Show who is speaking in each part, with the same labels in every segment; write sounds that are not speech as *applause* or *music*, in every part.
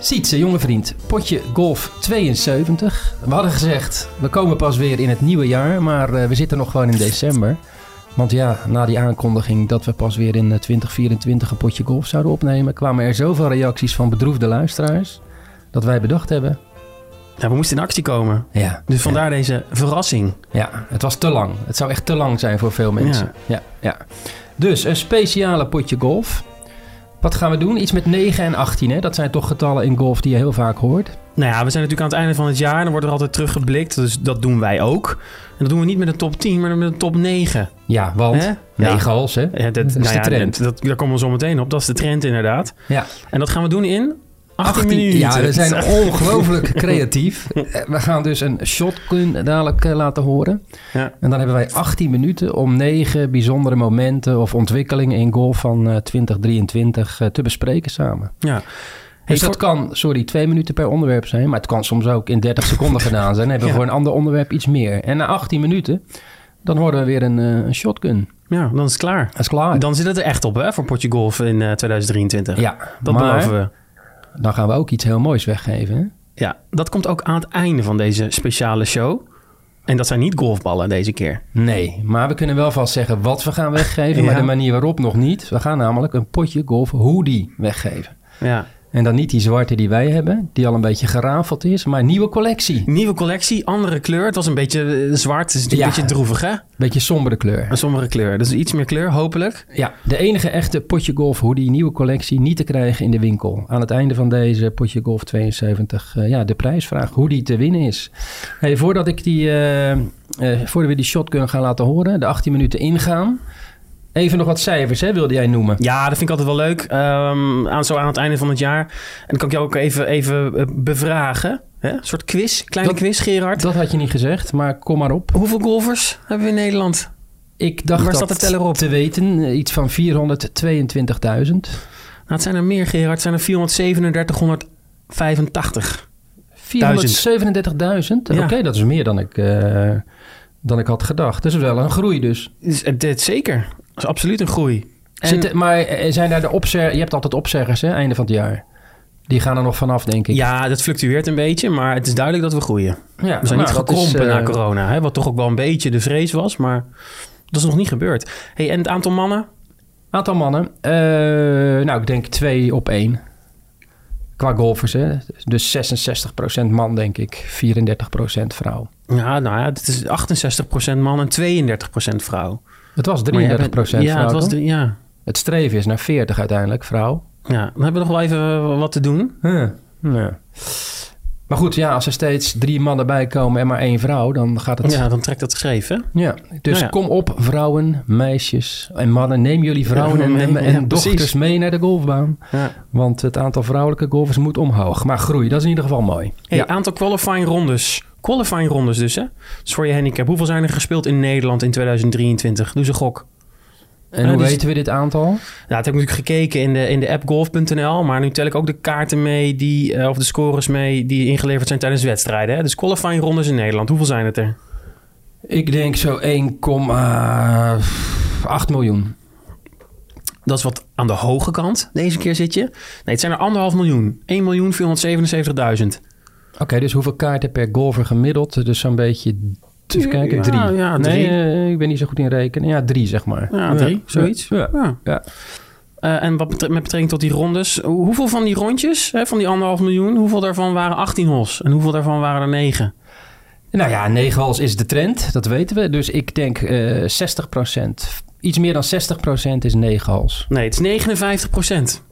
Speaker 1: Sietse, jonge vriend, potje golf 72. We hadden gezegd, we komen pas weer in het nieuwe jaar, maar eh, we zitten nog gewoon in december. Want ja, na die aankondiging dat we pas weer in eh, 2024 een potje golf zouden opnemen, kwamen er zoveel reacties van bedroefde luisteraars dat wij bedacht hebben.
Speaker 2: Ja, we moesten in actie komen.
Speaker 1: Ja,
Speaker 2: Dus vandaar deze verrassing.
Speaker 1: ja, het was te lang. Het zou echt te lang zijn voor veel mensen. Ja, ja. Dus een speciale potje golf. Wat gaan we doen? Iets met 9 en 18, hè? Dat zijn toch getallen in golf die je heel vaak hoort.
Speaker 2: Nou ja, we zijn natuurlijk aan het einde van het jaar. Dan wordt er altijd teruggeblikt. Dus dat doen wij ook. En dat doen we niet met een top 10, maar met een top 9.
Speaker 1: Ja, want
Speaker 2: Hè?
Speaker 1: 9 holes, hè?
Speaker 2: Ja, dat,
Speaker 1: is
Speaker 2: nou
Speaker 1: de
Speaker 2: ja,
Speaker 1: trend.
Speaker 2: Dat, daar komen we zo meteen op. Dat is de trend inderdaad.
Speaker 1: Ja.
Speaker 2: En dat gaan we doen in 18, minuten.
Speaker 1: Ja, we
Speaker 2: *laughs*
Speaker 1: zijn ongelooflijk creatief. Eh, We gaan dus een shotgun dadelijk eh, laten horen.
Speaker 2: Ja.
Speaker 1: En dan hebben wij 18 minuten om negen bijzondere momenten of ontwikkelingen in golf van eh, 2023 eh, te bespreken samen.
Speaker 2: Ja.
Speaker 1: Dus
Speaker 2: Hey,
Speaker 1: dat kan, sorry, twee minuten per onderwerp zijn. Maar het kan soms ook in 30
Speaker 2: *laughs*
Speaker 1: seconden gedaan zijn. Dan hebben we
Speaker 2: Ja.
Speaker 1: voor een ander onderwerp iets meer. En na 18 minuten, dan horen we weer een, eh, een shotgun.
Speaker 2: Ja, dan is het klaar.
Speaker 1: Dat is klaar.
Speaker 2: Dan zit het er echt op hè, voor potje golf in eh, 2023.
Speaker 1: ja,
Speaker 2: dat
Speaker 1: maar
Speaker 2: beloven we.
Speaker 1: dan gaan we ook iets heel moois weggeven. Hè?
Speaker 2: Ja, dat komt ook aan het einde van deze speciale show. En dat zijn niet golfballen deze keer.
Speaker 1: Nee, maar we kunnen wel vast zeggen wat we gaan weggeven,
Speaker 2: Ja.
Speaker 1: maar de manier waarop nog niet. We gaan namelijk een potje golf hoodie weggeven.
Speaker 2: Ja.
Speaker 1: En dan niet die zwarte die wij hebben, die al een beetje gerafeld is, maar nieuwe collectie.
Speaker 2: Nieuwe collectie, andere kleur. Het was een beetje eh, zwart. Het is natuurlijk
Speaker 1: Ja.
Speaker 2: een beetje droevig, hè?
Speaker 1: Beetje sombere kleur.
Speaker 2: Een sombere kleur. Dus iets meer kleur, hopelijk.
Speaker 1: Ja, de enige echte potje golf hoodie, nieuwe collectie, niet te krijgen in de winkel. Aan het einde van deze potje golf 72, eh, ja, de prijsvraag, hoe die te winnen is. Hey, voordat, ik die, eh, eh, voordat we die shotgun gaan laten horen, de 18 minuten ingaan. Even nog wat cijfers, hè, wilde jij noemen.
Speaker 2: Ja, dat vind ik altijd wel leuk. Ehm, aan, zo aan het einde van het jaar. En dan kan ik jou ook even, even eh, bevragen. Hè? Een soort quiz, kleine
Speaker 1: Dat-
Speaker 2: quiz, Gerard.
Speaker 1: Dat had je niet gezegd, maar kom maar op.
Speaker 2: Hoeveel golfers hebben we in Nederland?
Speaker 1: Ik dacht
Speaker 2: Waar
Speaker 1: dat
Speaker 2: staat de teller op?
Speaker 1: te weten. eh, Iets van 422.000.
Speaker 2: Nou, het zijn er meer, Gerard. Het zijn er 43785.
Speaker 1: 437.000? Oké,
Speaker 2: Ja.
Speaker 1: dat is meer dan ik, eh, dan ik had gedacht. Dat is wel een groei dus.
Speaker 2: Dus, eh, dit zeker. Dat is absoluut een groei. En-
Speaker 1: Zitten, maar eh, zijn daar de opzer... Je hebt altijd opzeggers, hè? Einde van het jaar. Die gaan er nog vanaf, denk ik.
Speaker 2: Ja, dat fluctueert een beetje, maar het is duidelijk dat we groeien.
Speaker 1: Ja,
Speaker 2: We zijn
Speaker 1: nou,
Speaker 2: niet
Speaker 1: dat is,
Speaker 2: gekrompen
Speaker 1: eh,
Speaker 2: na corona, hè? wat toch ook wel een beetje de vrees was, maar dat is nog niet gebeurd. Hey, en het aantal mannen?
Speaker 1: Aantal mannen. Eh, nou, ik denk twee op één. Qua golfers, hè? Dus 66% man, denk ik. 34% vrouw.
Speaker 2: Ja, nou ja, het is 68% man en 32% vrouw.
Speaker 1: Het was 33%
Speaker 2: Maar je hebt-
Speaker 1: vrouw,
Speaker 2: ja, het was
Speaker 1: toch?
Speaker 2: de- ja.
Speaker 1: Het streven is naar 40 uiteindelijk, vrouw.
Speaker 2: ja, dan hebben we nog wel even eh, wat te doen.
Speaker 1: Maar goed, ja, als er steeds drie mannen bij komen en maar één vrouw, dan gaat het.
Speaker 2: Ja, dan trekt dat geschreven.
Speaker 1: Ja. Dus
Speaker 2: Nou ja.
Speaker 1: kom op, vrouwen, meisjes en mannen. Neem jullie vrouwen
Speaker 2: Ja,
Speaker 1: en, en,
Speaker 2: mee.
Speaker 1: en
Speaker 2: Ja,
Speaker 1: dochters
Speaker 2: precies.
Speaker 1: mee naar de golfbaan.
Speaker 2: Ja.
Speaker 1: Want het aantal vrouwelijke golfers moet omhoog. Maar groei, dat is in ieder geval mooi.
Speaker 2: Hey,
Speaker 1: ja.
Speaker 2: Aantal qualifying rondes. Qualifying rondes dus, hè? Dus voor je handicap. Hoeveel zijn er gespeeld in Nederland in 2023? Doe ze gok.
Speaker 1: En
Speaker 2: Ja, dus-
Speaker 1: hoe
Speaker 2: die is-
Speaker 1: weten we dit aantal?
Speaker 2: Nou, dat heb ik natuurlijk gekeken in de, in de app golf.nl. Maar nu tel ik ook de kaarten mee, die, eh, of de scores mee, die ingeleverd zijn tijdens wedstrijden. Hè? Dus qualifying rondes in Nederland. Hoeveel zijn het er?
Speaker 1: Ik denk zo 1,8 miljoen.
Speaker 2: Dat is wat aan de hoge kant. Deze keer zit je. Nee, het zijn er anderhalf miljoen. 1 miljoen 477.000.
Speaker 1: Oké, dus hoeveel kaarten per golfer gemiddeld? Dus zo'n beetje, even kijken,
Speaker 2: Ja,
Speaker 1: drie.
Speaker 2: ja,
Speaker 1: Nee,
Speaker 2: Ah, drie.
Speaker 1: eh, ik ben niet zo goed in rekenen. Ja, drie zeg maar.
Speaker 2: Ja, drie, zoiets.
Speaker 1: Ja.
Speaker 2: Ja.
Speaker 1: Ja.
Speaker 2: Eh, en wat betre- met betrekking tot die rondes. hoe- Hoeveel van die rondjes, hè, van die anderhalf miljoen, hoeveel daarvan waren 18 holes? En hoeveel daarvan waren er 9?
Speaker 1: Nou ja, negen hals is de trend, dat weten we. Dus ik denk eh 60%. Iets meer dan 60% is negen hals.
Speaker 2: Nee, het is 59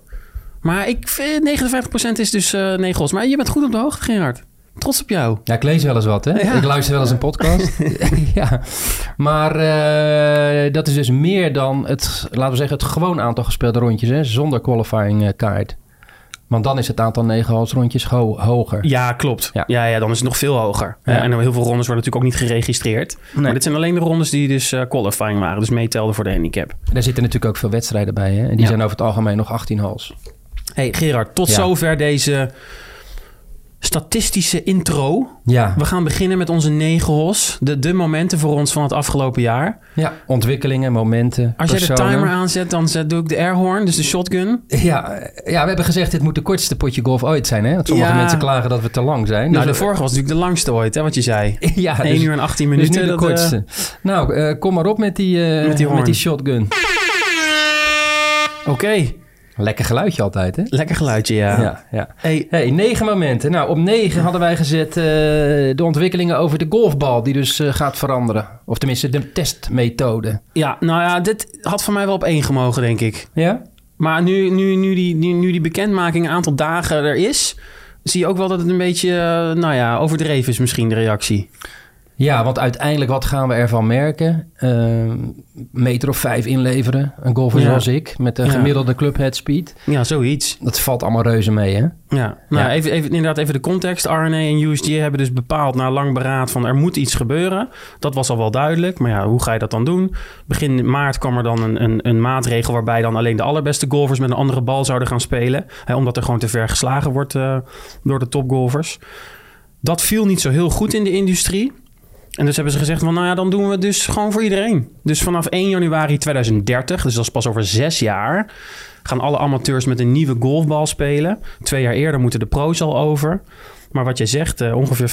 Speaker 2: Maar ik vind 59 is dus eh 9 holes. Maar je bent goed op de hoogte, Gerard. Trots op jou.
Speaker 1: Ja, ik lees wel eens wat, hè?
Speaker 2: Ja.
Speaker 1: Ik luister wel eens een podcast.
Speaker 2: *laughs*
Speaker 1: ja. Maar eh, dat is dus meer dan het, laten we zeggen, het gewoon aantal gespeelde rondjes, hè? Zonder qualifying eh, kaart. Want dan is het aantal negen hals rondjes ho- hoger.
Speaker 2: Ja, klopt.
Speaker 1: Ja.
Speaker 2: Ja, ja, dan is het nog veel hoger.
Speaker 1: Ja.
Speaker 2: Eh, en heel veel rondes worden natuurlijk ook niet geregistreerd. Maar dit zijn alleen de rondes die dus eh, qualifying waren. Dus meetelden voor de handicap.
Speaker 1: Daar zitten natuurlijk ook veel wedstrijden bij, hè? En die
Speaker 2: Ja.
Speaker 1: zijn over het algemeen nog 18 hals.
Speaker 2: hey, Gerard, tot
Speaker 1: Ja.
Speaker 2: zover deze statistische intro.
Speaker 1: Ja,
Speaker 2: We gaan beginnen met onze negen hos. De, de momenten voor ons van het afgelopen jaar.
Speaker 1: ja. ontwikkelingen, momenten,
Speaker 2: Als jij de
Speaker 1: personen.
Speaker 2: timer aanzet, dan zet, doe ik de airhorn, dus de shotgun.
Speaker 1: Ja, eh, ja, we hebben gezegd, dit moet de kortste potje golf ooit zijn. Hè? Want sommige
Speaker 2: Ja.
Speaker 1: mensen klagen dat we te lang zijn.
Speaker 2: nou, de
Speaker 1: Dus we-
Speaker 2: vorige was natuurlijk de langste ooit, hè, wat je zei.
Speaker 1: *laughs* ja,
Speaker 2: 1
Speaker 1: dus,
Speaker 2: uur en 18
Speaker 1: dus
Speaker 2: minuten.
Speaker 1: nu de
Speaker 2: dat, eh,
Speaker 1: kortste. Nou, eh, kom maar op met die, eh,
Speaker 2: Met die
Speaker 1: met
Speaker 2: hoorn.
Speaker 1: die shotgun.
Speaker 2: Oké,
Speaker 1: Lekker geluidje altijd, hè?
Speaker 2: lekker geluidje, ja.
Speaker 1: ja, ja.
Speaker 2: Hey,
Speaker 1: Hey, negen momenten. Nou, op negen hadden wij gezet eh, de ontwikkelingen over de golfbal, die dus eh, gaat veranderen. Of tenminste, de testmethode.
Speaker 2: ja, nou ja, dit had voor mij wel op één gemogen, denk ik.
Speaker 1: Ja?
Speaker 2: Maar nu, nu, nu, die, nu, nu die bekendmaking een aantal dagen er is... zie je ook wel dat het een beetje, eh, nou ja, overdreven is misschien de reactie.
Speaker 1: Ja, want uiteindelijk, wat gaan we ervan merken? Ehm meter of vijf inleveren. Een golfer
Speaker 2: Ja.
Speaker 1: zoals ik, met een
Speaker 2: Ja.
Speaker 1: gemiddelde clubhead speed.
Speaker 2: Ja, zoiets.
Speaker 1: Dat valt allemaal reuze mee, hè?
Speaker 2: Ja, nou,
Speaker 1: Ja.
Speaker 2: Even, even, inderdaad even de context. RNA en USG hebben dus bepaald na lang beraad van er moet iets gebeuren. Dat was al wel duidelijk, maar ja, hoe ga je dat dan doen? Begin maart kwam er dan een, een, een maatregel waarbij dan alleen de allerbeste golfers met een andere bal zouden gaan spelen. Hè, omdat er gewoon te ver geslagen wordt eh, door de topgolfers. Dat viel niet zo heel goed in de industrie. En dus hebben ze gezegd van nou ja, dan doen we het dus gewoon voor iedereen. Dus vanaf 1 januari 2030, dus dat is pas over zes jaar, gaan alle amateurs met een nieuwe golfbal spelen. Twee jaar eerder moeten de pro's al over. Maar wat jij zegt, eh, ongeveer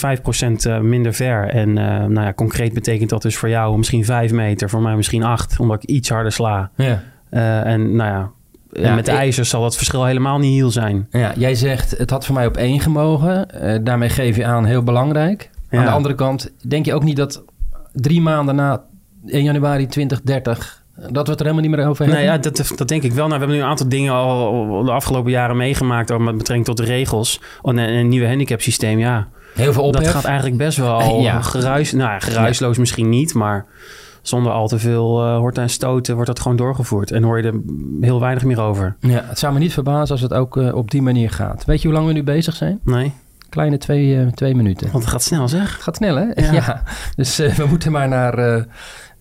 Speaker 2: 5% eh, minder ver. En eh, nou ja, concreet betekent dat dus voor jou misschien 5 meter, voor mij misschien 8, omdat ik iets harder sla.
Speaker 1: Ja.
Speaker 2: Eh, en nou ja, eh,
Speaker 1: Ja,
Speaker 2: met de
Speaker 1: ik-
Speaker 2: ijzers zal dat verschil helemaal niet heel zijn.
Speaker 1: ja. Jij zegt, het had voor mij op één gemogen. Eh, daarmee geef je aan, heel belangrijk.
Speaker 2: Ja.
Speaker 1: Aan de andere kant, denk je ook niet dat drie maanden na 1 januari 2030... dat we het er helemaal niet meer over hebben?
Speaker 2: Nou ja, dat, dat denk ik wel. Nou, we hebben nu een aantal dingen al al de afgelopen jaren meegemaakt... ook met betrekking tot de regels en een, een nieuwe handicapsysteem, ja.
Speaker 1: Heel veel
Speaker 2: Dat
Speaker 1: ophef.
Speaker 2: gaat eigenlijk best wel
Speaker 1: Ja.
Speaker 2: geruis, nou, ja, geruisloos misschien niet, maar zonder al te veel eh horten en stoten wordt dat gewoon doorgevoerd. En hoor je er heel weinig meer over.
Speaker 1: Ja, het zou me niet verbazen als het ook eh, op die manier gaat. Weet je hoe lang we nu bezig zijn?
Speaker 2: Nee,
Speaker 1: Kleine twee, eh, twee minuten.
Speaker 2: want het gaat snel zeg.
Speaker 1: Gaat snel, hè?
Speaker 2: Ja.
Speaker 1: Ja. Dus eh, we moeten maar naar eh,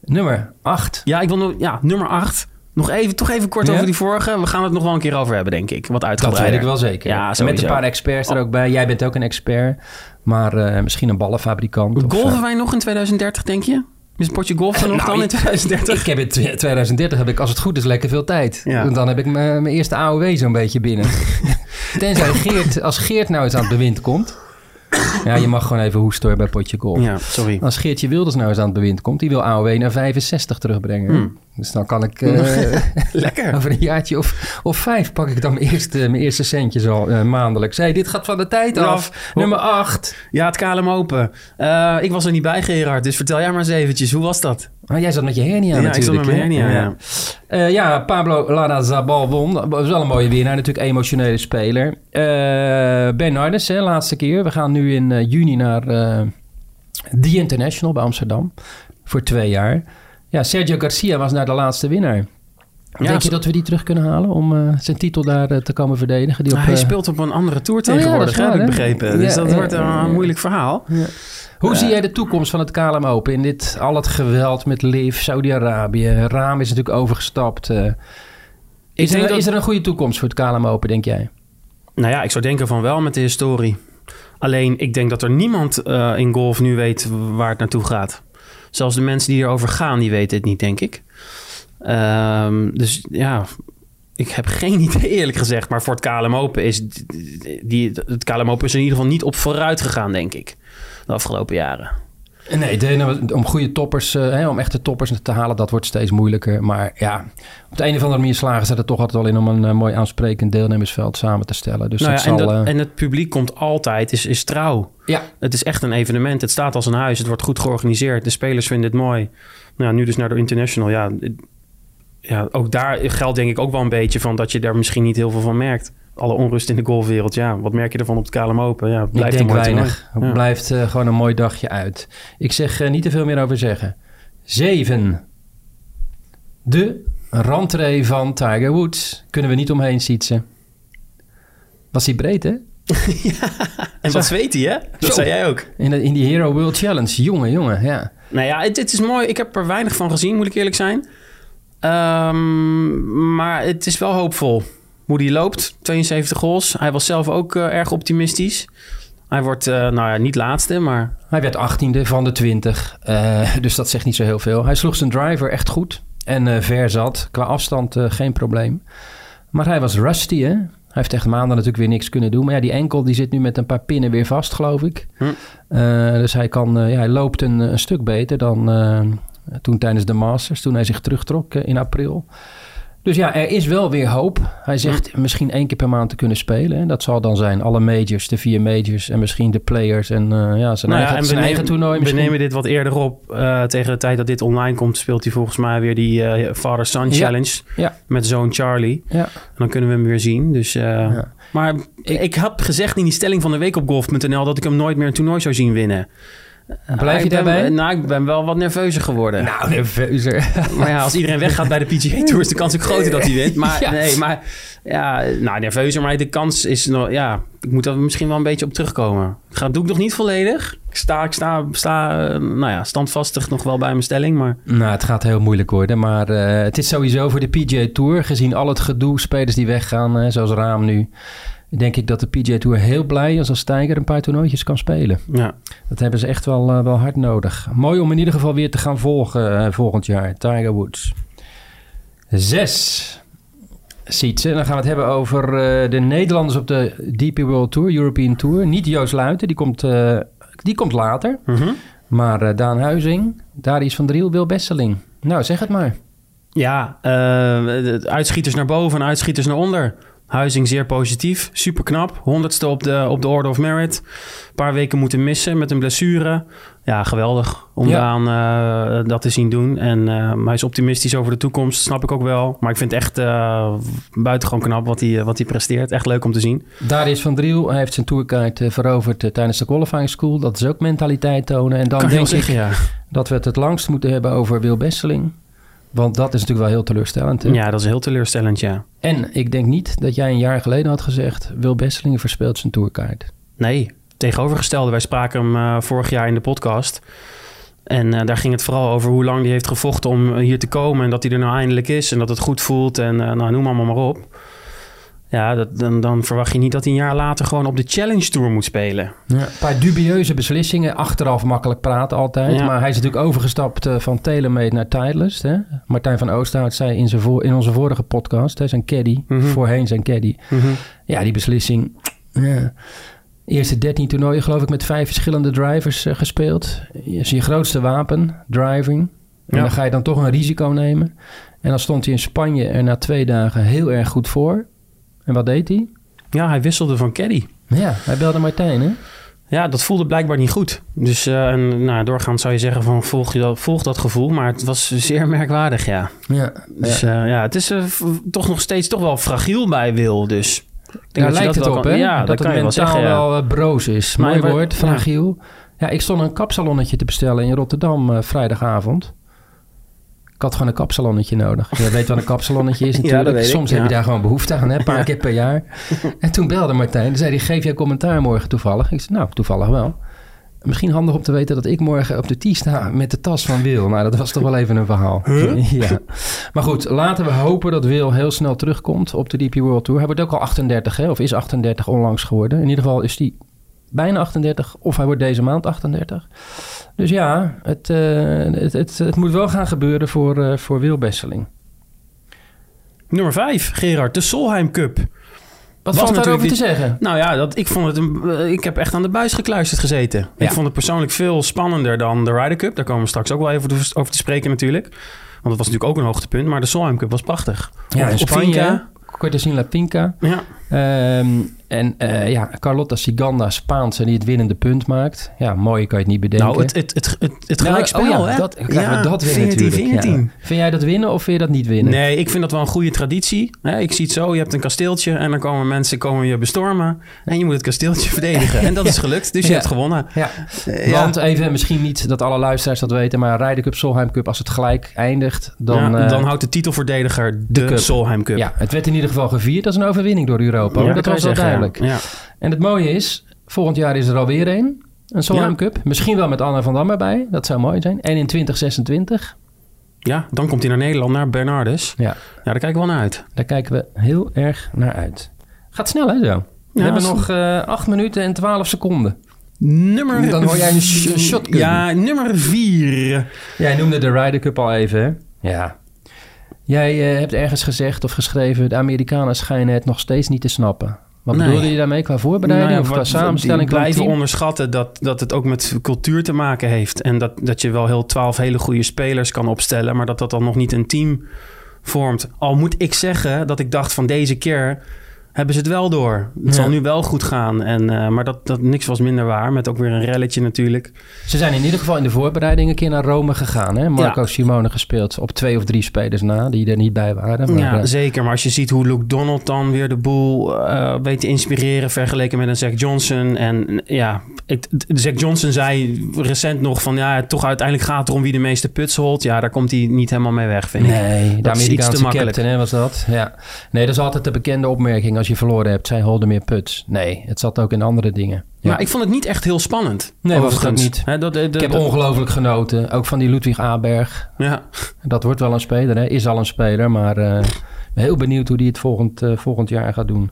Speaker 1: nummer acht.
Speaker 2: Ja, ik wil nog, ja, nummer 8. Nog even, toch even kort
Speaker 1: Ja?
Speaker 2: over die vorige. We gaan het nog wel een keer over hebben, denk ik.
Speaker 1: Dat
Speaker 2: Wat
Speaker 1: weet
Speaker 2: uitgebreider.
Speaker 1: ik wel zeker.
Speaker 2: Ja,
Speaker 1: en met
Speaker 2: sowieso.
Speaker 1: een paar experts er ook bij. Jij bent ook een expert. Maar eh, misschien een ballenfabrikant. of, eh,
Speaker 2: Golven wij nog in 2030, denk je? Is een potje golf er nog
Speaker 1: Nou,
Speaker 2: dan in
Speaker 1: ik-
Speaker 2: 2030?
Speaker 1: eh, ik heb in tw- 2030 heb ik, als het goed is, lekker veel tijd.
Speaker 2: Ja.
Speaker 1: Want Dan heb ik mijn mijn eerste AOW zo'n beetje *laughs* binnen. Tenzij Geert, als Geert nou eens aan het bewind komt. Ja, je mag gewoon even hoesten hoor, bij Potje Golf.
Speaker 2: *laughs* Ja, sorry.
Speaker 1: Als Geertje Wilders nou eens aan het bewind komt, die wil AOW naar 65 terugbrengen.
Speaker 2: Hmm.
Speaker 1: Dus dan kan *laughs* ik eh,
Speaker 2: *laughs* Lekker.
Speaker 1: *laughs* over een jaartje of, of vijf pak ik dan mijn eerste, mijn eerste centjes al eh, maandelijks. Hey, dit gaat van de tijd
Speaker 2: Ja.
Speaker 1: af. Nummer 8.
Speaker 2: Ja, het KLM Open. Eh, ik was er niet bij, Gerard. Dus vertel jij maar eens eventjes. Hoe was dat?
Speaker 1: Ah, jij zat met je hernia
Speaker 2: Ja, ik zat
Speaker 1: natuurlijk.
Speaker 2: met mijn
Speaker 1: hè?
Speaker 2: hernia, ja.
Speaker 1: Eh, ja, Pablo Lara Zabal won. Dat was wel een mooie winnaar. Natuurlijk emotionele speler. Eh Bernardes, hè, laatste keer. We gaan nu in eh, juni naar eh The International bij Amsterdam. Voor twee jaar. Ja, Sergio Garcia was naar de laatste winnaar. Denk je
Speaker 2: zo-
Speaker 1: dat we die terug kunnen halen om eh, zijn titel daar eh, te komen verdedigen? Die op,
Speaker 2: Ah, hij
Speaker 1: eh, Oh
Speaker 2: speelt op een andere tour
Speaker 1: ja, dat is
Speaker 2: tegenwoordig, hè,
Speaker 1: waar,
Speaker 2: heb ik
Speaker 1: hè?
Speaker 2: begrepen.
Speaker 1: Ja,
Speaker 2: dus dat
Speaker 1: ja,
Speaker 2: wordt een
Speaker 1: ja, ja.
Speaker 2: moeilijk verhaal.
Speaker 1: Hoe
Speaker 2: Ja.
Speaker 1: zie jij de toekomst van het KLM Open in dit al het geweld met Liv, Saudi-Arabië? Raam is natuurlijk overgestapt. eh. is,
Speaker 2: denk
Speaker 1: er,
Speaker 2: dat-
Speaker 1: is er een goede toekomst voor het KLM Open, denk jij?
Speaker 2: Nou ja, ik zou denken van wel met de historie. Alleen, ik denk dat er niemand eh, in golf nu weet waar het naartoe gaat. Zelfs de mensen die erover gaan, die weten het niet, denk ik. Ehm, dus ja, ik heb *laughs* geen idee eerlijk gezegd. Maar voor het KLM Open is, die, het KLM Open is er in ieder geval niet op vooruit gegaan, denk ik. De afgelopen jaren.
Speaker 1: Nee, de ene- om goede toppers, eh, hè, om echte toppers te halen, dat wordt steeds moeilijker. Maar ja, op de een of andere manier slagen ze er toch altijd wel in om een eh, mooi aansprekend deelnemersveld samen te stellen. Dus
Speaker 2: Nou
Speaker 1: dat
Speaker 2: ja, en,
Speaker 1: zal.
Speaker 2: dat-
Speaker 1: eh,
Speaker 2: en het publiek komt altijd, is, is trouw.
Speaker 1: ja,
Speaker 2: Het is echt een evenement. Het staat als een huis. Het wordt goed georganiseerd. De spelers vinden het mooi. Nou, nu dus naar de International. Ja, het- ja, ook daar geldt denk ik ook wel een beetje van dat je daar misschien niet heel veel van merkt. Alle onrust in de golfwereld. Ja, wat merk je ervan op het KLM Open? Ja, het
Speaker 1: ik
Speaker 2: blijft
Speaker 1: denk
Speaker 2: een mooi
Speaker 1: weinig.
Speaker 2: toernooi.
Speaker 1: Het blijft eh, gewoon een mooi dagje uit. Ik zeg eh, niet te veel meer over zeggen. Zeven. De rentree van Tiger Woods. Kunnen we niet omheen sietsen. Was hij breed, hè?
Speaker 2: Ja. En wat zweet hij, hè? Dat
Speaker 1: Zo.
Speaker 2: zei jij ook.
Speaker 1: In, de- in die Hero World Challenge. Jongen, jongen, ja.
Speaker 2: Nou ja, het, het is mooi. Ik heb er weinig van gezien, moet ik eerlijk zijn. Ehm, maar het is wel hoopvol hoe die loopt. 72 goals. Hij was zelf ook eh, erg optimistisch. Hij wordt, eh, nou ja, niet laatste, maar
Speaker 1: Hij werd 18e van de 20, eh, dus dat zegt niet zo heel veel. Hij sloeg zijn driver echt goed en eh, ver zat. Qua afstand eh, geen probleem. Maar hij was rusty, hè? Hij heeft echt maanden natuurlijk weer niks kunnen doen. Maar ja, die enkel die zit nu met een paar pinnen weer vast, geloof ik.
Speaker 2: Hm.
Speaker 1: Eh, dus hij, kan, eh, ja, hij loopt een, een stuk beter dan eh, toen tijdens de Masters, toen hij zich terugtrok eh, in april. Dus ja, er is wel weer hoop.
Speaker 2: Hm.
Speaker 1: Hij zegt misschien één keer per maand te kunnen spelen. Hè? Dat zal dan zijn alle majors, de vier majors en misschien de players en eh, ja, zijn
Speaker 2: Nou ja,
Speaker 1: eigen,
Speaker 2: en
Speaker 1: zijn eigen toernooi
Speaker 2: We
Speaker 1: misschien.
Speaker 2: nemen dit wat eerder op. Eh, tegen de tijd dat dit online komt, speelt hij volgens mij weer die eh, Father Son
Speaker 1: Ja.
Speaker 2: Challenge.
Speaker 1: Ja.
Speaker 2: Met zoon Charlie.
Speaker 1: Ja.
Speaker 2: En dan kunnen we hem weer zien. Dus, eh,
Speaker 1: Ja.
Speaker 2: Maar ik, ik had gezegd in die stelling van de week op golf.nl dat ik hem nooit meer een toernooi zou zien winnen.
Speaker 1: Blijf je
Speaker 2: ik ben-
Speaker 1: daarbij?
Speaker 2: nou, ik ben wel wat nerveuzer geworden.
Speaker 1: Nou, nerveuzer.
Speaker 2: Maar ja, als iedereen weggaat bij de PGA Tour is de kans ook groter dat hij wint. Maar
Speaker 1: Ja.
Speaker 2: nee, maar ja, nou, nerveuzer. Maar de kans is nog, ja, ik moet daar misschien wel een beetje op terugkomen. Ik ga, doe ik nog niet volledig. Ik sta, ik sta, sta eh, nou ja, standvastig nog wel bij mijn stelling. Maar
Speaker 1: *laughs* nou, het gaat heel moeilijk worden. Maar eh, het is sowieso voor de PGA Tour, gezien al het gedoe, spelers die weggaan, eh, zoals Raam nu. Denk ik dat de PGA Tour heel blij is als Tiger een paar toernooitjes kan spelen.
Speaker 2: ja,
Speaker 1: Dat hebben ze echt wel, eh, wel hard nodig. Mooi om in ieder geval weer te gaan volgen eh, volgend jaar. Tiger Woods. Zes. Sietse. En dan gaan we het hebben over eh, de Nederlanders op de DP World Tour, European Tour. Niet Joost Luiten, die komt, eh, die komt later.
Speaker 2: Mhm.
Speaker 1: Maar eh, Daan Huizing, Darius van Driel, Wil Besseling. Nou, zeg het maar.
Speaker 2: ja eh, de- de uitschieters naar boven en uitschieters naar onder. Huizing zeer positief, super knap. Honderdste op de, op de Order of Merit. Een paar weken moeten missen met een blessure. Ja, geweldig om
Speaker 1: Ja.
Speaker 2: Daan eh, dat te zien doen. En eh, maar hij is optimistisch over de toekomst, snap ik ook wel. Maar ik vind het echt eh, buitengewoon knap wat hij, eh, wat hij presteert. Echt leuk om te zien.
Speaker 1: Darius van Driel hij heeft zijn tourkaart eh, veroverd eh, tijdens de qualifying school. Dat is ook mentaliteit tonen. En dan
Speaker 2: kan je wel
Speaker 1: denk ik
Speaker 2: zeggen, ja.
Speaker 1: dat we het het langst moeten hebben over Wil Besseling. Want dat is natuurlijk wel heel teleurstellend. hè?
Speaker 2: Ja, dat is heel teleurstellend, ja.
Speaker 1: En ik denk niet dat jij een jaar geleden had gezegd... Wil Besseling verspeelt zijn tourkaart.
Speaker 2: Nee, tegenovergestelde. Wij spraken hem eh, vorig jaar in de podcast. En eh, daar ging het vooral over hoe lang hij heeft gevochten om eh, hier te komen. En dat hij er nou eindelijk is. En dat het goed voelt. En eh, nou, noem allemaal maar op. Ja, dat, dan, dan verwacht je niet dat hij een jaar later gewoon op de Challenge Tour moet spelen.
Speaker 1: Een paar dubieuze beslissingen. Achteraf makkelijk praten altijd.
Speaker 2: Ja.
Speaker 1: Maar hij is natuurlijk overgestapt eh, van Telemate naar Titleist. Hè? Martijn van Oosterhout zei in, zijn voor, in onze vorige podcast... Hè, zijn caddy,
Speaker 2: Mhm.
Speaker 1: voorheen zijn caddy... Ja, die beslissing. Ja. Eerste 13 toernooien, geloof ik, met vijf verschillende drivers eh, gespeeld. Is je grootste wapen, driving. En
Speaker 2: Ja.
Speaker 1: dan ga je dan toch een risico nemen. En dan stond hij in Spanje er na twee dagen heel erg goed voor. En wat deed hij?
Speaker 2: Ja, hij wisselde van caddy.
Speaker 1: Ja, hij belde Martijn, hè?
Speaker 2: Ja, dat voelde blijkbaar niet goed. Dus eh, en, nou, doorgaans zou je zeggen van volg, je dat, volg dat gevoel. Maar het was zeer merkwaardig, ja.
Speaker 1: Ja.
Speaker 2: Dus eh, ja, het is eh, v- toch nog steeds toch wel fragiel bij Wil. Dus Ik denk
Speaker 1: Daar
Speaker 2: dat je
Speaker 1: lijkt
Speaker 2: dat
Speaker 1: het
Speaker 2: wel
Speaker 1: op,
Speaker 2: kan-
Speaker 1: hè?
Speaker 2: Ja, dat,
Speaker 1: dat
Speaker 2: kan
Speaker 1: het
Speaker 2: je wel
Speaker 1: mentaal
Speaker 2: zeggen. ja.
Speaker 1: wel eh, broos is.
Speaker 2: Maar
Speaker 1: Mooi
Speaker 2: waar-
Speaker 1: woord,
Speaker 2: ja.
Speaker 1: fragiel. Ja. ik stond een kapsalonnetje te bestellen in Rotterdam eh, vrijdagavond. Ik had gewoon een kapsalonnetje nodig. Je weet wat een kapsalonnetje is
Speaker 2: *laughs* Ja,
Speaker 1: natuurlijk.
Speaker 2: dat weet ik,
Speaker 1: Soms
Speaker 2: ja.
Speaker 1: heb je daar gewoon behoefte aan, hè? een paar keer per jaar. En toen belde Martijn. Toen zei hij, geef jij commentaar morgen toevallig? Ik zei, nou, toevallig wel. Misschien handig om te weten dat ik morgen op de tee sta met de tas van Wil. Nou, dat was toch wel even een verhaal. *laughs* Ja. Maar goed, laten we hopen dat Wil heel snel terugkomt op de DP World Tour. Hij wordt ook al 38, hè? of is 38 onlangs geworden. In ieder geval is hij bijna 38, of hij wordt deze maand 38. Dus ja, het, eh, het, het, het moet wel gaan gebeuren voor, eh, voor Wil Besseling.
Speaker 2: Nummer 5, Gerard, de Solheim Cup.
Speaker 1: Wat
Speaker 2: Was
Speaker 1: valt daarover
Speaker 2: natuurlijk
Speaker 1: te zeggen?
Speaker 2: Nou ja, dat, ik, vond het een, eh, ik heb echt aan de buis gekluisterd gezeten. Ik
Speaker 1: Ja.
Speaker 2: vond het persoonlijk veel spannender dan de Ryder Cup. Daar komen we straks ook wel even over- over te spreken natuurlijk. Want het was natuurlijk ook een hoogtepunt. Maar de Solheim Cup was prachtig.
Speaker 1: Ja,
Speaker 2: Op-
Speaker 1: in
Speaker 2: op
Speaker 1: Spanje,
Speaker 2: Finca.
Speaker 1: Cortesina La Pinca.
Speaker 2: Ja,
Speaker 1: Ehm, en eh, ja, Carlotta Siganda, Spaanse, die het winnende punt maakt. Ja, mooi kan je het niet bedenken.
Speaker 2: nou, het, het, het, het, het
Speaker 1: Nou,
Speaker 2: gelijkspel,
Speaker 1: oh ja,
Speaker 2: hè?
Speaker 1: Dat, krijgen we dat weer
Speaker 2: 14,
Speaker 1: natuurlijk. ja.
Speaker 2: 14.
Speaker 1: Vind jij dat winnen of vind je dat niet winnen?
Speaker 2: Nee, ik vind dat wel een goede traditie. Hè, Ik zie het zo, je hebt een kasteeltje en dan komen mensen komen je bestormen. En je moet het kasteeltje *laughs* verdedigen. En dat is gelukt, dus je
Speaker 1: Ja.
Speaker 2: hebt gewonnen.
Speaker 1: Ja.
Speaker 2: Eh, ja.
Speaker 1: Want even, misschien niet dat alle luisteraars dat weten, maar Ryder Cup, Solheim Cup, als het gelijk eindigt, dan...
Speaker 2: Ja,
Speaker 1: eh,
Speaker 2: dan houdt de titelverdediger de,
Speaker 1: cup.
Speaker 2: Solheim Cup.
Speaker 1: ja, het werd in ieder geval gevierd als een overwinning door Europa.
Speaker 2: Ja,
Speaker 1: hoor. dat
Speaker 2: kan je
Speaker 1: was wel
Speaker 2: zeggen,
Speaker 1: duidelijk.
Speaker 2: ja. Ja.
Speaker 1: En het mooie is, volgend jaar is er alweer een. Een Solheim
Speaker 2: Ja.
Speaker 1: Cup. Misschien wel met Anne van Dam erbij. Dat zou mooi zijn. En in 2026.
Speaker 2: Ja, dan komt hij naar Nederland, naar Bernardus.
Speaker 1: Ja.
Speaker 2: Ja, daar kijk ik wel naar uit.
Speaker 1: Daar kijken we heel erg naar uit. Gaat snel, hè, zo? We
Speaker 2: Ja,
Speaker 1: hebben
Speaker 2: als-
Speaker 1: nog eh 8 minuten en 12 seconden.
Speaker 2: Nummer...
Speaker 1: Dan hoor jij een sh- een shotgun.
Speaker 2: Ja, nummer vier.
Speaker 1: Jij noemde de Ryder Cup al even, hè? Ja. Jij eh, hebt ergens gezegd of geschreven... de Amerikanen schijnen het nog steeds niet te snappen. Wat
Speaker 2: Nee.
Speaker 1: bedoelde je daarmee qua voorbereiding
Speaker 2: Nou ja,
Speaker 1: of qua
Speaker 2: wat- die
Speaker 1: samenstelling? qua
Speaker 2: blijven
Speaker 1: team?
Speaker 2: onderschatten dat, dat het ook met cultuur te maken heeft. En dat, dat je wel heel twaalf hele goede spelers kan opstellen, maar dat dat dan nog niet een team vormt. Al moet ik zeggen dat ik dacht van deze keer hebben ze het wel door. Het
Speaker 1: Ja.
Speaker 2: zal nu wel goed gaan. En, eh, maar dat, dat niks was minder waar, met ook weer een relletje natuurlijk.
Speaker 1: Ze zijn in ieder geval in de voorbereiding een keer naar Rome gegaan. Hè? Marco Simone gespeeld op twee of drie spelers na... die er niet bij waren. Maar,
Speaker 2: Ja,
Speaker 1: eh,
Speaker 2: zeker. Maar als je ziet hoe Luke Donald dan weer de boel eh, weet te inspireren vergeleken met een Zack Johnson. En ja, ik, Zack Johnson zei recent nog van ja, toch uiteindelijk gaat het om wie de meeste puts holt. Ja, daar komt hij niet helemaal mee weg, vind ik.
Speaker 1: Nee, de
Speaker 2: Dat is iets te
Speaker 1: Amerikaanse
Speaker 2: makkelijk.
Speaker 1: captain hè, was dat. Ja. Nee, dat is altijd de bekende opmerking als je verloren hebt. Zij holden meer puts. Nee, het zat ook in andere dingen. Ja.
Speaker 2: Maar ik vond het niet echt heel spannend.
Speaker 1: Nee, was het ook
Speaker 2: overigens.
Speaker 1: niet.
Speaker 2: Hè, dat, eh, dat-
Speaker 1: ik heb
Speaker 2: dat-
Speaker 1: ongelooflijk genoten. Ook van die Ludwig Aberg.
Speaker 2: ja.
Speaker 1: Dat wordt wel een speler, hè. Is al een speler, maar eh, ik ben heel benieuwd hoe die het volgend, eh, volgend jaar gaat doen.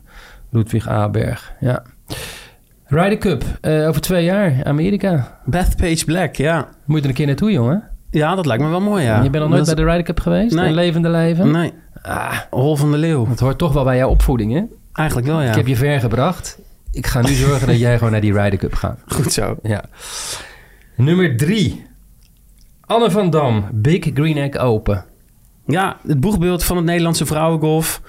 Speaker 1: Ludwig Aberg, ja. Ryder Cup, eh, over twee jaar, Amerika.
Speaker 2: Beth Page Black, ja.
Speaker 1: Moet je er een keer naartoe, jongen.
Speaker 2: Ja, dat lijkt me wel mooi, ja.
Speaker 1: Je bent nog nooit
Speaker 2: Dat-
Speaker 1: bij de Ryder Cup geweest?
Speaker 2: Nee.
Speaker 1: Een levende leven?
Speaker 2: Nee,
Speaker 1: Ah,
Speaker 2: Hol van de Leeuw.
Speaker 1: dat hoort toch wel bij jouw opvoeding, hè?
Speaker 2: Eigenlijk wel, ja.
Speaker 1: Ik heb je ver gebracht. Ik ga nu zorgen dat jij gewoon naar die Ryder Cup gaat.
Speaker 2: Goed zo.
Speaker 1: Ja. Nummer drie. Anne van Dam, Big Green Egg Open.
Speaker 2: Ja, het boegbeeld van het Nederlandse vrouwengolf.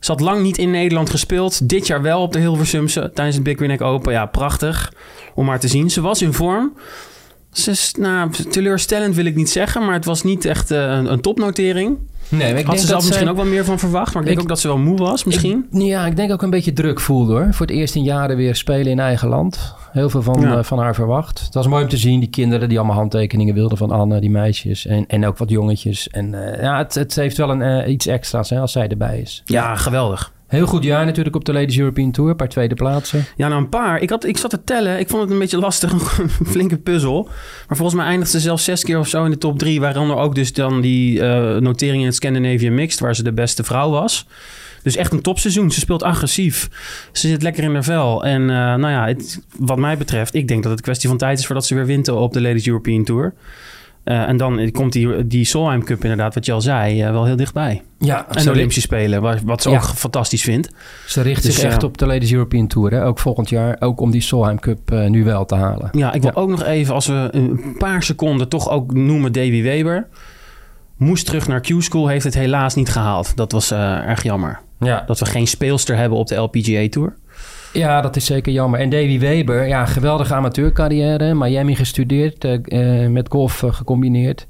Speaker 2: Zat lang niet in Nederland gespeeld. Dit jaar wel op de Hilversumse tijdens het Big Green Egg Open. Ja, prachtig om maar te zien. Ze was in vorm. Ze is, nou, teleurstellend wil ik niet zeggen, maar het was niet echt eh, een, een topnotering.
Speaker 1: Nee, maar ik denk
Speaker 2: Had ze
Speaker 1: dat
Speaker 2: zelf misschien
Speaker 1: zij-
Speaker 2: ook wel meer van verwacht, maar ik denk
Speaker 1: Ik-
Speaker 2: ook dat ze wel moe was misschien.
Speaker 1: Ik- nou ja, ik denk ook een beetje druk voelde hoor. Voor het eerst in jaren weer spelen in eigen land. Heel veel van,
Speaker 2: Ja.
Speaker 1: eh, van haar verwacht. Het was mooi om te zien, die kinderen die allemaal handtekeningen wilden van Anne, die meisjes. En, en ook wat jongetjes. En eh, ja, het, het heeft wel een, eh, iets extra's hè, als zij erbij is.
Speaker 2: Ja, geweldig.
Speaker 1: Heel goed jaar natuurlijk op de Ladies European Tour. Een paar tweede plaatsen.
Speaker 2: Ja, nou een paar. Ik, had, ik zat te tellen. Ik vond het een beetje lastig. *laughs* Een flinke puzzel. Maar volgens mij eindigde ze zelfs zes keer of zo in de top drie. Waaronder ook dus dan die eh, notering in het Scandinavian Mixed... waar ze de beste vrouw was. Dus echt een topseizoen. Ze speelt agressief. Ze zit lekker in haar vel. En eh, nou ja, het- wat mij betreft... ik denk dat het een kwestie van tijd is... voordat ze weer wint op de Ladies European Tour. Eh, en dan komt die, die Solheim Cup inderdaad, wat je al zei, eh, wel heel dichtbij.
Speaker 1: Ja,
Speaker 2: En de Olympische Spelen, waar- wat ze
Speaker 1: Ja.
Speaker 2: ook fantastisch vindt.
Speaker 1: Ze richt
Speaker 2: Dus,
Speaker 1: zich
Speaker 2: ja.
Speaker 1: echt op de Ladies European Tour. Hè? Ook volgend jaar. Ook om die Solheim Cup eh, nu wel te halen.
Speaker 2: Ja, ik wil ook nog even, als we een paar seconden toch ook noemen Davy Weber. Moest terug naar Q-School, heeft het helaas niet gehaald. Dat was eh, erg jammer.
Speaker 1: Ja.
Speaker 2: Dat we geen speelster hebben op de LPGA Tour.
Speaker 1: ja, dat is zeker jammer. En Davy Weber, ja, geweldige amateurcarrière. Miami gestudeerd, eh, eh, met golf eh, gecombineerd.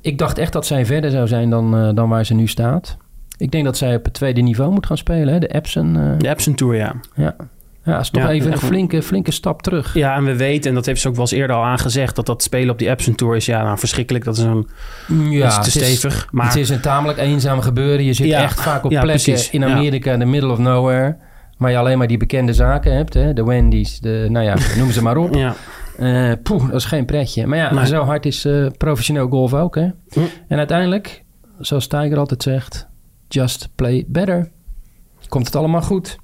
Speaker 1: Ik dacht echt dat zij verder zou zijn dan, eh, dan waar ze nu staat. Ik denk dat zij op het tweede niveau moet gaan spelen. Hè? De Epson. eh,
Speaker 2: De Epson Tour, ja.
Speaker 1: ja. ja, is toch
Speaker 2: Ja,
Speaker 1: even een
Speaker 2: echt een-
Speaker 1: flinke, flinke stap terug.
Speaker 2: Ja, en we weten, en dat heeft ze ook wel eens eerder al aangezegd... dat dat spelen op die Epson Tour is, ja, nou, verschrikkelijk. Dat is, een,
Speaker 1: Ja,
Speaker 2: dat is te
Speaker 1: het is-
Speaker 2: stevig. maar
Speaker 1: Het is een tamelijk eenzaam gebeuren. Je zit
Speaker 2: Ja.
Speaker 1: echt vaak op
Speaker 2: Ja,
Speaker 1: plekken
Speaker 2: precies.
Speaker 1: in
Speaker 2: Ja.
Speaker 1: Amerika, in the middle of nowhere. Waar je alleen maar die bekende zaken hebt. Hè? De Wendy's, de, nou ja, noem ze maar op.
Speaker 2: ja, *laughs*
Speaker 1: Eh, poeh, dat is geen pretje. Maar ja,
Speaker 2: Nee.
Speaker 1: zo hard is eh, professioneel golf ook. Hè?
Speaker 2: Hm.
Speaker 1: En uiteindelijk, zoals Tiger altijd zegt, just play better. Komt het allemaal goed.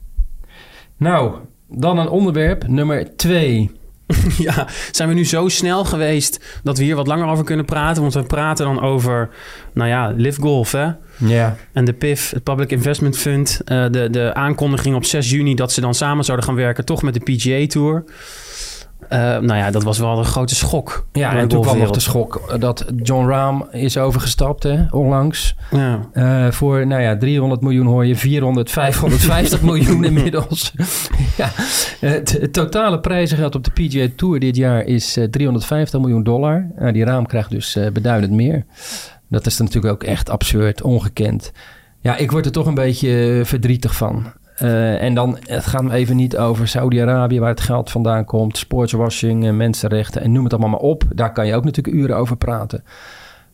Speaker 1: Nou, dan een onderwerp nummer twee.
Speaker 2: Ja, zijn we nu zo snel geweest dat we hier wat langer over kunnen praten? Want we praten dan over, nou ja, live golf, hè?
Speaker 1: Ja.
Speaker 2: En de PIF, het Public Investment Fund, eh, de, de aankondiging op 6 juni dat ze dan samen zouden gaan werken, toch met de PGA Tour. Eh, nou ja, dat was wel een grote schok.
Speaker 1: Ja,
Speaker 2: voor de
Speaker 1: en toen kwam nog de
Speaker 2: golfwereld.
Speaker 1: schok eh, dat John Rahm is overgestapt hè, onlangs.
Speaker 2: Ja.
Speaker 1: Eh, voor, nou ja, 300 miljoen hoor je 400, 550 miljoen inmiddels. *laughs* ja, het, het totale prijzengeld op de PGA Tour dit jaar is eh, 350 miljoen dollar. Nou, die raam krijgt dus eh, beduidend meer. Dat is dan natuurlijk ook echt absurd, ongekend. Ja, ik word er toch een beetje eh, verdrietig van. Eh, en dan, het gaat me even niet over Saudi-Arabië, waar het geld vandaan komt, sportswashing, eh, mensenrechten en noem het allemaal maar op. Daar kan je ook natuurlijk uren over praten.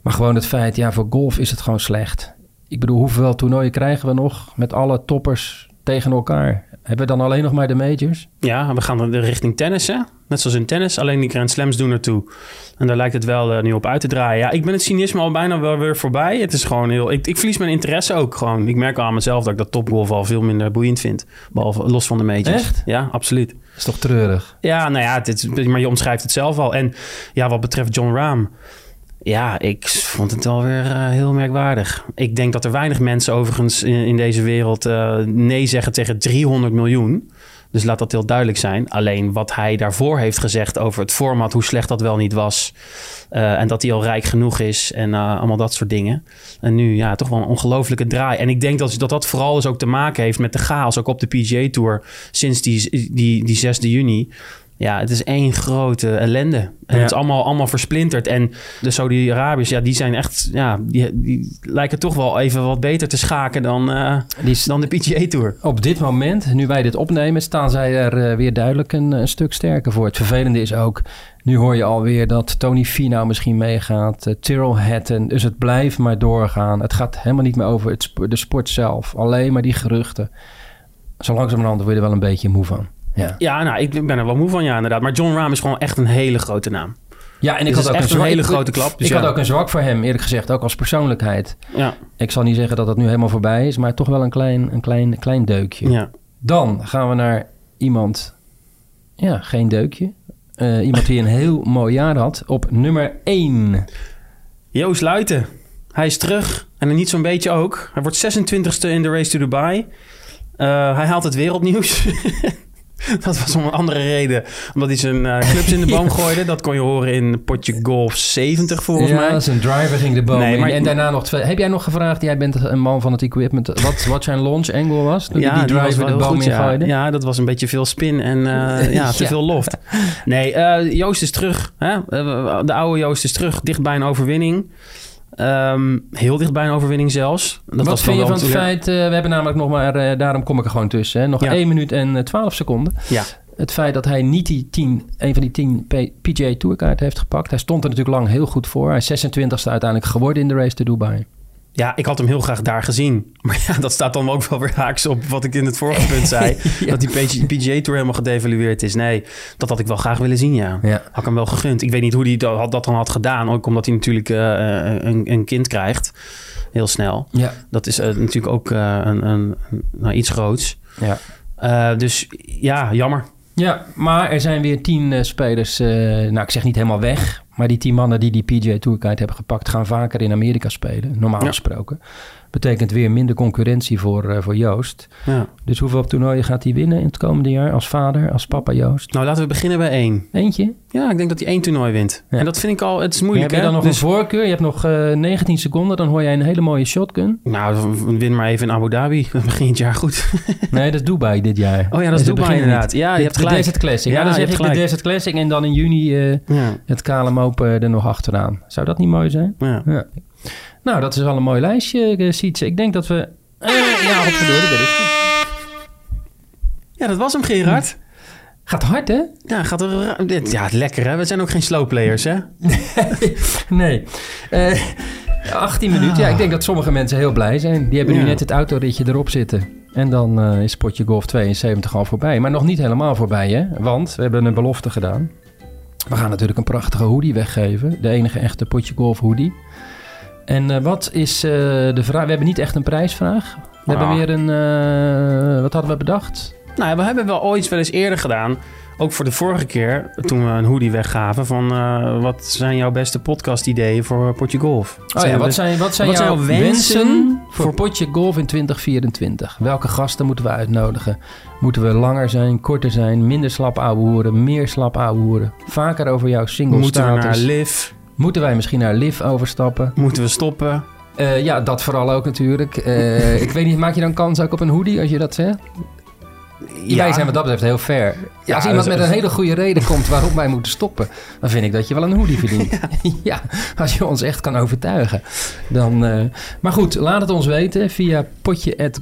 Speaker 1: Maar gewoon het feit, ja, voor golf is het gewoon slecht. Ik bedoel, hoeveel toernooien krijgen we nog met alle toppers tegen elkaar. Hebben we dan alleen nog maar de majors?
Speaker 2: Ja, we gaan er richting tennis, hè? Net zoals in tennis, alleen die Grand Slams doen ertoe. En daar lijkt het wel eh, nu op uit te draaien. Ja, ik ben het cynisme al bijna wel weer voorbij. Het is gewoon heel... Ik, ik verlies mijn interesse ook gewoon. Ik merk al aan mezelf dat ik dat topgolf al veel minder boeiend vind. Behalve los van de majors.
Speaker 1: Echt?
Speaker 2: Ja, absoluut.
Speaker 1: Dat is toch treurig?
Speaker 2: Ja, nou ja, dit, is- maar je omschrijft het zelf al. En ja, wat betreft John Rahm. Ja, ik vond het alweer eh, heel merkwaardig. Ik denk dat er weinig mensen overigens in, in deze wereld eh, nee zeggen tegen 300 miljoen. Dus laat dat heel duidelijk zijn. Alleen wat hij daarvoor heeft gezegd over het format, hoe slecht dat wel niet was. eh, en dat hij al rijk genoeg is en eh, allemaal dat soort dingen. En nu ja, toch wel een ongelofelijke draai. En ik denk dat dat, dat vooral dus ook te maken heeft met de chaos, ook op de PGA Tour sinds die, die, die 6 juni. Ja, het is één grote ellende. En
Speaker 1: Ja.
Speaker 2: het is allemaal, allemaal versplinterd. En de Saudi-Arabiërs, ja, die zijn echt... Ja, die, die lijken toch wel even wat beter te schaken dan, eh,
Speaker 1: Die is
Speaker 2: dan de PGA Tour.
Speaker 1: Op dit moment, nu wij dit opnemen, staan zij er eh, weer duidelijk een, een stuk sterker voor. Het vervelende is ook, nu hoor je alweer dat Tony Finau misschien meegaat, eh, Tyrrell Hatton. Dus het blijft maar doorgaan. Het gaat helemaal niet meer over het, sp- de sport zelf. Alleen maar die geruchten. Zo langzamerhand word je er wel een beetje moe van. Ja,
Speaker 2: Ja, nou, ik ben er wel moe van, ja, inderdaad. Maar John Rahm is gewoon echt een hele grote naam.
Speaker 1: ja en ik
Speaker 2: Dus het is
Speaker 1: had ook
Speaker 2: echt een
Speaker 1: zwak-
Speaker 2: hele
Speaker 1: ik-
Speaker 2: grote klap, dus
Speaker 1: ik
Speaker 2: ja.
Speaker 1: had ook een zwak voor hem, eerlijk gezegd. Ook als persoonlijkheid.
Speaker 2: Ja,
Speaker 1: Ik zal niet zeggen dat dat nu helemaal voorbij is, maar toch wel een klein, een klein, klein deukje.
Speaker 2: ja.
Speaker 1: Dan gaan we naar iemand, ja, geen deukje. Eh, iemand die een heel *laughs* mooi jaar had op nummer 1.
Speaker 2: Joost Luiten. Hij is terug. En dan niet zo'n beetje ook. Hij wordt 26e in de Race to Dubai. Eh, hij haalt het wereldnieuws. *laughs* dat was om een andere reden. Omdat hij zijn eh, clubs in de
Speaker 1: *laughs*
Speaker 2: boom gooide. Dat kon je horen in potje golf 70 volgens
Speaker 1: ja,
Speaker 2: mij.
Speaker 1: zijn driver ging de boom
Speaker 2: Nee,
Speaker 1: in.
Speaker 2: maar-
Speaker 1: En daarna nog twee. Heb jij nog gevraagd, jij bent een man van het equipment, wat, wat zijn launch angle was? Toen ja, die
Speaker 2: was
Speaker 1: driver
Speaker 2: wel
Speaker 1: de
Speaker 2: heel
Speaker 1: boom
Speaker 2: goed, ja.
Speaker 1: ingooide?
Speaker 2: Ja, dat was een beetje veel spin en
Speaker 1: *laughs*
Speaker 2: eh, ja, te
Speaker 1: Ja.
Speaker 2: veel loft. Nee, eh, Joost is terug. Hè? Eh, De oude Joost is terug. Dicht bij een overwinning. Ehm, heel dicht bij een overwinning zelfs. Dat
Speaker 1: wat
Speaker 2: was
Speaker 1: vind je
Speaker 2: dan
Speaker 1: van
Speaker 2: wel
Speaker 1: het
Speaker 2: weer-
Speaker 1: feit, eh, we hebben namelijk nog maar, eh, daarom kom ik er gewoon tussen, hè, nog
Speaker 2: Ja.
Speaker 1: 1 minuut en eh, 12 seconden.
Speaker 2: Ja.
Speaker 1: Het feit dat hij niet die 10, een van die 10 P- PGA Tourkaart heeft gepakt. Hij stond er natuurlijk lang heel goed voor. Hij is 26e uiteindelijk geworden in de race to Dubai.
Speaker 2: Ja, ik had hem heel graag daar gezien. *laughs* Maar ja, dat staat dan ook wel weer haaks op wat ik in het vorige
Speaker 1: *laughs*
Speaker 2: punt zei. Dat die PG PGA Tour helemaal gedevalueerd is. Nee, dat had ik wel graag willen zien, ja.
Speaker 1: Ja.
Speaker 2: Had ik hem wel gegund. Ik weet niet hoe hij dat, dat dan had gedaan. Ook omdat hij natuurlijk eh, eh, een, een kind krijgt. Heel snel.
Speaker 1: Ja.
Speaker 2: Dat is eh, natuurlijk ook eh, een, een, een- nou, iets groots.
Speaker 1: Ja.
Speaker 2: Eh, dus ja, jammer.
Speaker 1: ja, maar er zijn weer tien eh, spelers, eh, nou ik zeg niet helemaal weg, maar die tien mannen die die PGA Tourkaart hebben gepakt gaan vaker in Amerika spelen, normaal
Speaker 2: Ja.
Speaker 1: gesproken. Betekent weer minder concurrentie voor, eh, voor Joost.
Speaker 2: Ja.
Speaker 1: Dus hoeveel toernooien gaat hij winnen in het komende jaar als vader, als papa Joost?
Speaker 2: Nou, laten we beginnen bij één.
Speaker 1: Eentje?
Speaker 2: Ja, ik denk dat hij één toernooi wint.
Speaker 1: Ja.
Speaker 2: En dat vind ik al, het is
Speaker 1: Moeilijk, heb
Speaker 2: moeilijk.
Speaker 1: je
Speaker 2: hè?
Speaker 1: dan nog
Speaker 2: Dus-
Speaker 1: een voorkeur? Je hebt nog eh, 19 seconden, dan hoor jij een hele mooie
Speaker 2: *laughs*
Speaker 1: shotgun.
Speaker 2: Nou, win maar even in Abu Dhabi. *laughs* Dan begint het jaar goed.
Speaker 1: Nee, dat is Dubai dit jaar.
Speaker 2: Oh ja, dat
Speaker 1: Dus
Speaker 2: is
Speaker 1: we
Speaker 2: Dubai
Speaker 1: beginnen
Speaker 2: inderdaad.
Speaker 1: niet.
Speaker 2: Ja, je
Speaker 1: De-
Speaker 2: hebt
Speaker 1: De
Speaker 2: gelijk.
Speaker 1: Desert Classic. Ja,
Speaker 2: Ja,
Speaker 1: dan
Speaker 2: je
Speaker 1: zeg ik
Speaker 2: hebt
Speaker 1: de
Speaker 2: gelijk.
Speaker 1: Desert Classic en dan in juni eh,
Speaker 2: Ja,
Speaker 1: het kale mopen eh, er nog achteraan. Zou dat niet mooi zijn?
Speaker 2: ja.
Speaker 1: Ja. Nou, dat is wel een mooi lijstje, eh, Sietse. Ik denk dat we... Eh, ja, opgedoren, dat is het.
Speaker 2: ja dat was hem,
Speaker 1: Hm.
Speaker 2: Gerard.
Speaker 1: Gaat hard, hè?
Speaker 2: Ja, gaat er, ra- dit- ja, lekker hè. We zijn ook geen slowplayers hè. Nou
Speaker 1: *laughs* Nee. Eh, 18 minuten. Ja, ik denk dat sommige mensen heel blij zijn. Die hebben nu
Speaker 2: Ja.
Speaker 1: net het autoritje erop zitten. En dan eh, is potje golf 72 al voorbij. Maar nog niet helemaal voorbij, hè? Want we hebben een belofte gedaan. We gaan natuurlijk een prachtige hoodie weggeven. De enige echte potje golf hoodie. En eh, wat is eh, de vraag? We hebben niet echt een prijsvraag. We
Speaker 2: Ah.
Speaker 1: hebben weer een... eh, wat hadden we bedacht?
Speaker 2: Nou, we hebben wel ooit wel eens eerder gedaan. Ook voor de vorige keer, toen we een hoodie weggaven van... eh, wat zijn jouw beste podcast-ideeën voor eh, Potje Golf?
Speaker 1: Oh ja, wat zijn, wat zijn
Speaker 2: wat zijn
Speaker 1: jouw
Speaker 2: jouw wensen
Speaker 1: wensen voor
Speaker 2: voor-
Speaker 1: Potje Golf in 2024? Welke gasten moeten we uitnodigen? Moeten we langer zijn, korter zijn, minder slap ouwehoeren, meer slap ouwehoeren? Vaker over jouw single
Speaker 2: Moeten we naar
Speaker 1: status?
Speaker 2: Liv?
Speaker 1: Moeten wij misschien naar Liv overstappen?
Speaker 2: Moeten we stoppen?
Speaker 1: Eh, ja, dat vooral ook natuurlijk. Eh,
Speaker 2: *laughs*
Speaker 1: ik weet niet, maak je dan kans ook op een hoodie als je dat zegt? Wij zijn wat dat betreft heel fair.
Speaker 2: Ja,
Speaker 1: als iemand
Speaker 2: dus-
Speaker 1: met een hele goede reden komt waarom wij moeten stoppen, dan vind ik dat je wel een hoodie verdient.
Speaker 3: *laughs*
Speaker 1: ja. als je ons echt kan overtuigen. Dan, eh, Maar goed, laat het ons weten via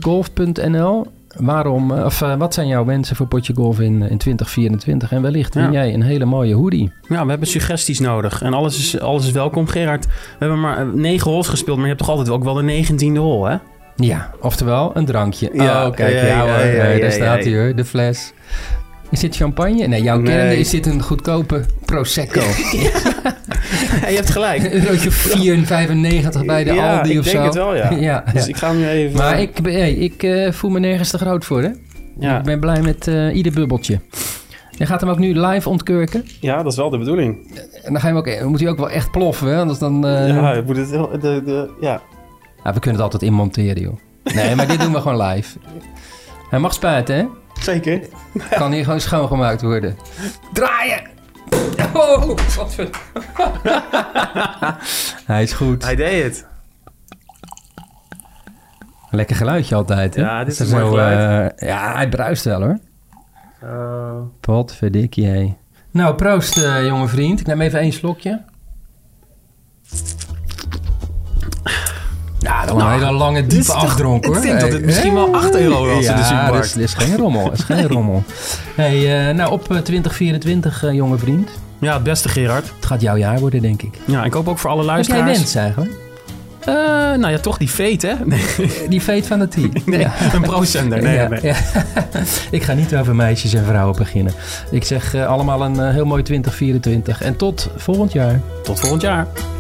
Speaker 1: potje.golf.nl. Waarom, eh, of eh, wat zijn jouw wensen voor Potje Golf in, eh, in 2024? En wellicht win
Speaker 2: Ja.
Speaker 1: jij een hele mooie hoodie.
Speaker 2: Ja, we hebben suggesties nodig. En
Speaker 1: *laughs*
Speaker 2: alles is, alles is welkom, Gerard. We hebben maar eh, negen holes gespeeld, maar je hebt toch altijd ook wel de negentiende hole, hè?
Speaker 1: Ja, oftewel een drankje.
Speaker 3: Ja,
Speaker 1: oh, kijk,
Speaker 3: ja,
Speaker 1: ja,
Speaker 3: ja,
Speaker 1: hoor,
Speaker 3: ja,
Speaker 1: Nee,
Speaker 3: ja,
Speaker 1: daar
Speaker 3: ja,
Speaker 1: staat hij
Speaker 3: ja.
Speaker 1: hoor, de fles. Is dit champagne? Nee, jouw
Speaker 3: Nee.
Speaker 1: kennende is dit een goedkope
Speaker 3: *laughs*
Speaker 1: Prosecco.
Speaker 3: je hebt
Speaker 2: *laughs*
Speaker 3: gelijk. *laughs*
Speaker 1: Een Eurotje 4,95 bij de
Speaker 3: ja,
Speaker 1: Aldi
Speaker 3: ik
Speaker 1: of
Speaker 3: denk
Speaker 1: zo.
Speaker 3: het wel, ja.
Speaker 1: *laughs* ja,
Speaker 3: Dus
Speaker 1: ja.
Speaker 3: ik ga hem nu even...
Speaker 1: Maar ik, ben- hey, ik eh, voel me nergens te groot voor, hè?
Speaker 2: Ja.
Speaker 1: Ik ben blij met eh, ieder bubbeltje. Je gaat hem ook nu live ontkurken.
Speaker 3: ja, dat is wel de bedoeling.
Speaker 1: En dan ga je hem ook, eh, moet hij ook wel echt ploffen, hè? Anders dan... eh,
Speaker 3: ja, ik moet het, heel- de, de, ja.
Speaker 1: ah, we kunnen het altijd inmonteren, joh. Nee, maar dit doen we gewoon live. Hij mag spuiten, hè?
Speaker 3: Zeker.
Speaker 1: Kan hier gewoon schoongemaakt worden. Draaien! Oh, wat ver... *laughs* Hij is goed.
Speaker 3: Hij deed het.
Speaker 1: Lekker geluidje altijd, hè?
Speaker 3: Ja, dit
Speaker 1: Dat
Speaker 3: is een
Speaker 1: er
Speaker 3: mooi
Speaker 1: zo,
Speaker 3: geluid.
Speaker 1: eh, ja, hij bruist wel, hoor.
Speaker 3: Eh,
Speaker 1: Potverdikkie, hé. Nou, proost, eh, jonge vriend. Ik neem even één slokje. Ja, dat was een hele lange,
Speaker 2: dit is
Speaker 1: diepe
Speaker 2: toch-
Speaker 1: afdronk, hoor.
Speaker 2: dus ik denk dat
Speaker 1: Hey,
Speaker 2: dit misschien wel 8 euro was in de
Speaker 1: ja, dus-
Speaker 2: supermarkt.
Speaker 1: dit is- dit is geen rommel, dit is *laughs* geen rommel. Hey, eh, nou, op eh, 2024, eh, jonge vriend.
Speaker 2: ja, het beste Gerard.
Speaker 1: Het gaat jouw jaar worden, denk ik.
Speaker 2: Ja, ik hoop ook voor alle
Speaker 1: Wat jij
Speaker 2: luisteraars.
Speaker 1: wens, eigenlijk. Eh,
Speaker 2: Eh, nou ja, toch die fate, hè? *laughs* Nee,
Speaker 1: Die feit van de tea.
Speaker 2: nee,
Speaker 1: Ja.
Speaker 2: een procenter. Nee,
Speaker 1: Ja,
Speaker 2: nee.
Speaker 1: ja. *laughs* ik ga niet over meisjes en vrouwen beginnen. Ik zeg eh, allemaal een eh, heel mooi 2024. En tot volgend jaar.
Speaker 2: Tot volgend jaar.